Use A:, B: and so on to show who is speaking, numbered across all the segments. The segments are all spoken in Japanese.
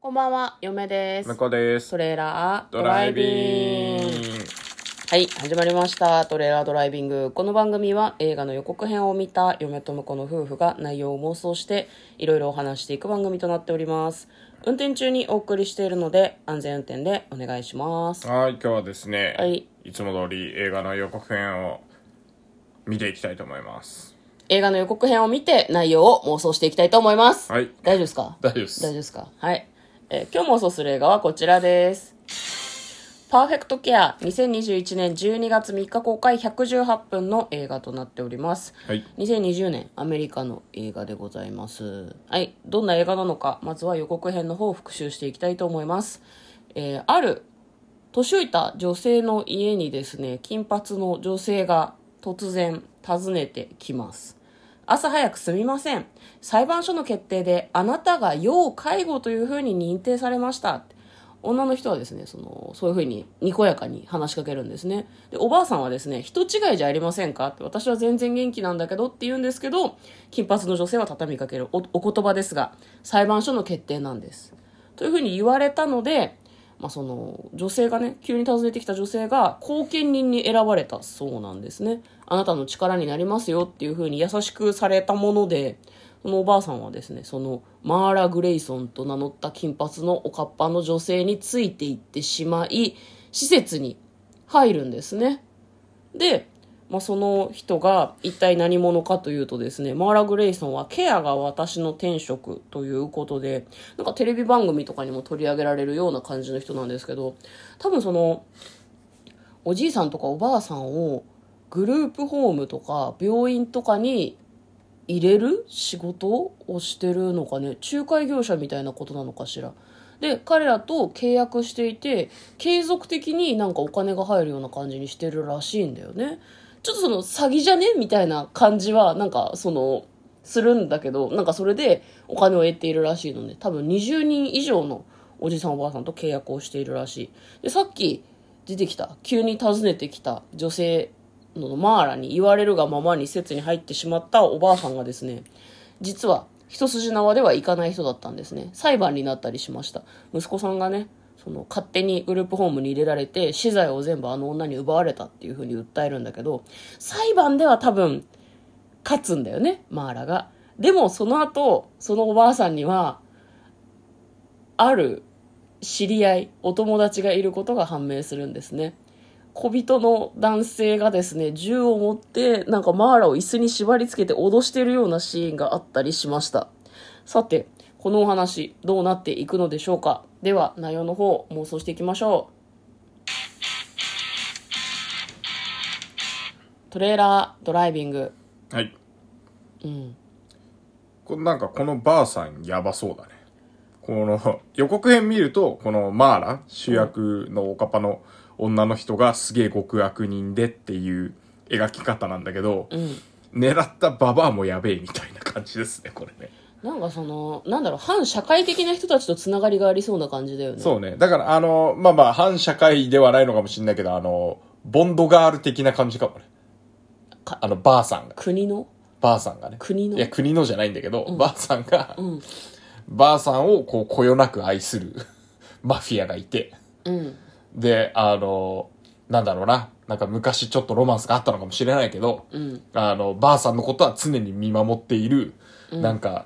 A: こんばんは、嫁です
B: 向。こうです
A: トレーラード
B: ド
A: ラ
B: ラ
A: イ
B: イ
A: ビ
B: ビ
A: ング。
B: ング
A: はい、始まりました。トレーラードライビング。この番組は映画の予告編を見た嫁と婿の夫婦が内容を妄想していろいろお話していく番組となっております。運転中にお送りしているので安全運転でお願いします。
B: はい今日はですね、
A: はい、
B: つも通り映画の予告編を見ていきたいと思います
A: 映画の予告編を見て内容を妄想していきたいと思います。
B: はい
A: 大丈夫ですか
B: 大丈夫です
A: 大丈夫ですかはい、えー今日妄想する映画はこちらですパーフェクトケア2021年12月3日公開118分の映画となっております
B: はい
A: 2020年アメリカの映画でございますはいどんな映画なのかまずは予告編の方を復習していきたいと思います、えーある年老いた女性の家にですね金髪の女性が突然訪ねてきます朝早くすみません裁判所の決定であなたが要介護というふうに認定されました女の人はですねそのそういうふうににこやかに話しかけるんですねでおばあさんはですね人違いじゃありませんかって私は全然元気なんだけどって言うんですけど金髪の女性は畳みかけるおお言葉ですが裁判所の決定なんですというふうに言われたのでまあ、その女性がね急に訪ねてきた女性が後見人に選ばれたそうなんですねあなたの力になりますよっていうふうに優しくされたものでそのおばあさんはですねそのマーラ・グレイソンと名乗った金髪のおかっぱの女性についていってしまい施設に入るんですねで、まあ、その人が一体何者かというとですねマーラ・グレイソンは「ケアが私の天職」ということでなんかテレビ番組とかにも取り上げられるような感じの人なんですけど多分そのおじいさんとかおばあさんをグループホームとか病院とかに入れる仕事をしてるのかね仲介業者みたいなことなのかしらで彼らと契約していて継続的になんかお金が入るような感じにしてるらしいんだよねちょっとその詐欺じゃねみたいな感じはなんかそのするんだけどなんかそれでお金を得ているらしいので多分20人以上のおじさんおばあさんと契約をしているらしいでさっき出てきた急に訪ねてきた女性のマーラに言われるがままに施設に入ってしまったおばあさんがですね実は一筋縄ではいかない人だったんですね裁判になったりしました息子さんがねその勝手にグループホームに入れられて資材を全部あの女に奪われたっていうふうに訴えるんだけど裁判では多分勝つんだよねマーラがでもその後そのおばあさんにはある知り合いお友達がいることが判明するんですね小人の男性がですね銃を持ってなんかマーラを椅子に縛り付けて脅してるようなシーンがあったりしましたさてこのお話どうなっていくのでしょうかでは内容の方妄想していきましょうトレーラードライビング
B: はい
A: うん
B: こなんかこのばあさんやばそうだねこの予告編見るとこのマーラ主役のおかっぱの女の人がすげえ極悪人でっていう描き方なんだけど、
A: うん
B: 狙ったババアもやべえみたいな感じですねこれね
A: なんかそのなんだろう反社会的な人たちとつながりがありそうな感じだよね
B: そうね。だから、あの、まあまあ、反社会ではないのかもしれないけど、あの、ボンドガール的な感じかもね。
A: か
B: あの、ばあさんが。
A: 国の
B: ばあさんがね。
A: 国の
B: いや、国のじゃないんだけど、ばあさんが、
A: ん
B: ばあさんをこう、こよなく愛する マフィアがいて。
A: うん
B: で、あの、なんだろうな。なんか昔ちょっとロマンスがあったのかもしれないけど、
A: うん
B: あの、ばあさんのことは常に見守っている、なんか、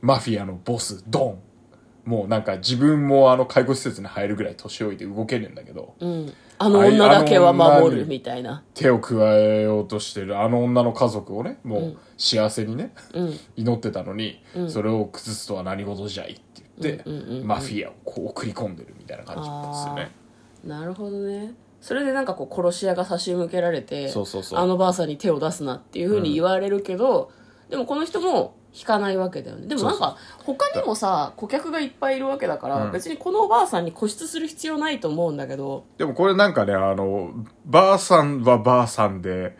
B: マフィアのボス、ドン。もうなんか自分もあの介護施設に入るぐらい年老いて動けねえんだけど、
A: うんあの女だけは守るみたいな
B: 手を加えようとしてるあの女の家族をね、もう幸せにね、
A: うん
B: 祈ってたのに、それを崩すとは何事じゃいって言って、
A: うんうんうんうん
B: マフィアをこう送り込んでるみたいな感じなんですよね。
A: なるほどねそれでなんかこう殺し屋が差し向けられて
B: そうそうそう
A: あのばあさんに手を出すなっていうふうに言われるけど、でもこの人も引かないわけだよねでもなんか他にもさ顧客がいっぱいいるわけだから、
B: うん
A: 別にこのおばあさんに固執する必要ないと思うんだけど
B: でもこれなんかね、あの、ばあさんはばあさんで、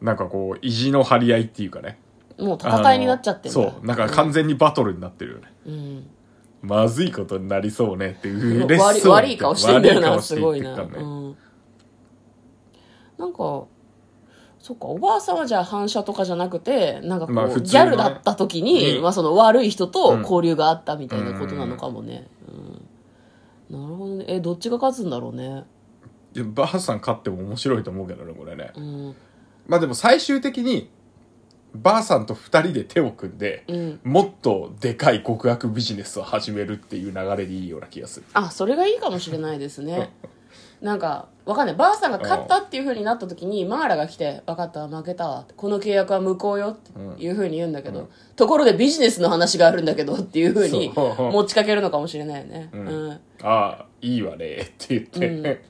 B: なんかこう、意地の張り合いっていうかね。
A: もう戦いになっちゃってんだ
B: あのそう。なんか完全にバトルになってるよね。
A: うん
B: まずいことになりそうねっていう嬉しそう
A: 悪い悪い顔してんだよ
B: 悪
A: な
B: 顔し
A: す
B: て
A: ご
B: 言
A: い
B: って
A: な、う
B: たね
A: ん、なんかそっかおばあさんはじゃあ反射とかじゃなくてなんかこう、
B: まあ普通のね
A: ギャルだった時に、
B: うん
A: まあ、その悪い人と
B: うん
A: 交流があったみたいなことなのかもね、うんなるほどねえどっちが勝つんだろうね
B: いやばあさん勝っても面白いと思うけどねこれね
A: うん
B: まあでも最終的にばあさんと2人で手を組んで、
A: うん
B: もっとでかい極悪ビジネスを始めるっていう流れでいいような気がする
A: あそれがいいかもしれないですねなんかわかんないばあさんが勝ったっていうふうになった時にマーラが来て「分かった負けたわ」この契約は無効よ」っていうふうに言うんだけど、ところでビジネスの話があるんだけどっていうふうに
B: そう
A: 持ちかけるのかもしれないよね、うん
B: ああいいわねって言って、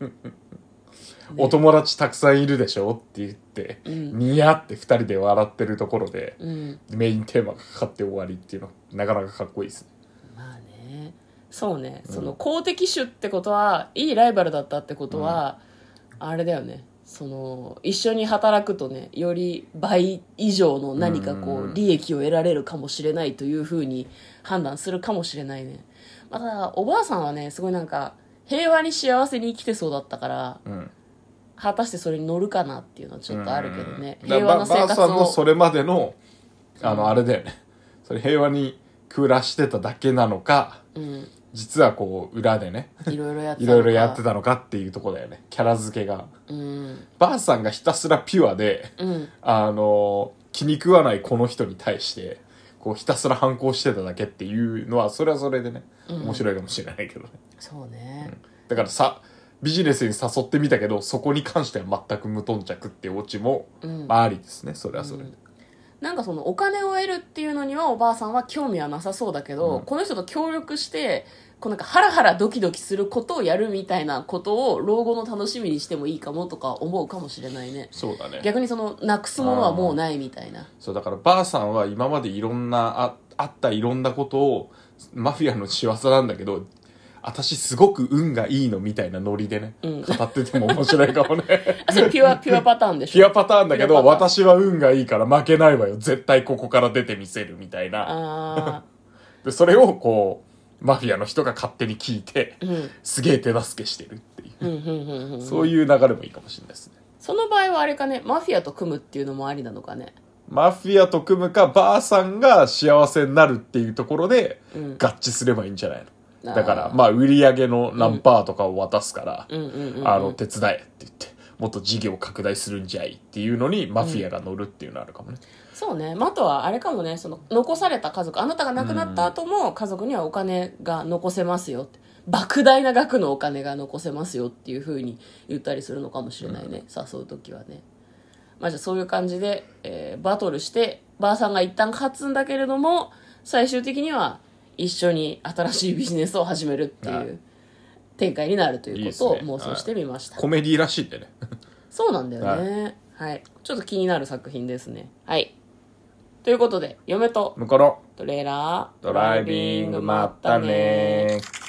B: お友達たくさんいるでしょって言って、ニヤって2人で笑ってるところで、
A: うん
B: メインテーマがかかって終わりっていうのはなかなかかっこいいですね
A: まあねそうね、その公的種ってことはいいライバルだったってことは、あれだよねその一緒に働くとねより倍以上の何かこう利益を得られるかもしれないというふうに判断するかもしれないね、まあ、ただおばあさんはねすごいなんか平和に幸せに生きてそうだったから
B: うん
A: 果たしてそれに乗るかなっていうのはちょっとあるけどね
B: うん
A: 平和な生
B: だからば
A: 活
B: ばあさんの
A: を
B: それまでのあのあれだよね、それ平和に暮らしてただけなのか
A: うん
B: 実はこう裏でね
A: いろいろやって
B: い
A: たの
B: ろ
A: か
B: いろやってたのかっていうとこだよねキャラ付けが
A: うん
B: ばあさんがひたすらピュアで
A: うん
B: あの気に食わないこの人に対してこうひたすら反抗してただけっていうのはそれはそれでね面白いかもしれないけどね、
A: そうね、
B: だからさビジネスに誘ってみたけどそこに関しては全く無頓着ってオチも、まあ、ありですねそれはそれで、
A: なんかそのお金を得るっていうのにはおばあさんは興味はなさそうだけど、この人と協力してこうなんかハラハラドキドキすることをやるみたいなことを老後の楽しみにしてもいいかもとか思うかもしれないね
B: そうだね
A: 逆にそのなくすものはもうないみたいな
B: そうだからばあさんは今までいろんなああったいろんなことをマフィアの仕業なんだけど私すごく運がいいのみたいなノリでね、語ってても面白いかもね
A: あそれピュアピュアパターンでし
B: ピュ
A: ょ
B: アパターンだけ
A: ピュア
B: ど
A: パターン
B: 私は運がいいから負けないわよ絶対ここから出てみせるみたいな
A: あ
B: でそれをこうマフィアの人が勝手に聞いて、
A: ん
B: すげえ手助けしてるっていう
A: あうんうんうんうん
B: そういう流れもいいかもしれないですね。
A: その場合はあれかねマフィアと組むっていうのもありなのかね
B: マフィアと組むか、ばあさんが幸せになるっていうところで、合致すればいいんじゃないの、
A: あー
B: だから、まあ、売り上げの何パーとかを渡すから、
A: うんうんうん
B: あの、手伝えって言って、もっと事業拡大するんじゃいっていうのに、マフィアが乗るっていうのあるかもね。
A: そうね、まあ、あとはあれかもねその残された家族あなたが亡くなった後も家族にはお金が残せますよって莫大な額のお金が残せますよっていうふうに言ったりするのかもしれないね、誘う時はね、まあ、じゃあそういう感じで、えーバトルしてばあさんが一旦勝つんだけれども最終的には一緒に新しいビジネスを始めるって
B: はいいう
A: 展開になるということ
B: い
A: を
B: いですね
A: 妄想してみました
B: コメディらしいんでね。
A: そうなんだよね。はい、ちょっと気になる作品ですね。はい。ということで、嫁と
B: 向こうの
A: トレーラー、
B: ドライビング、まったねー。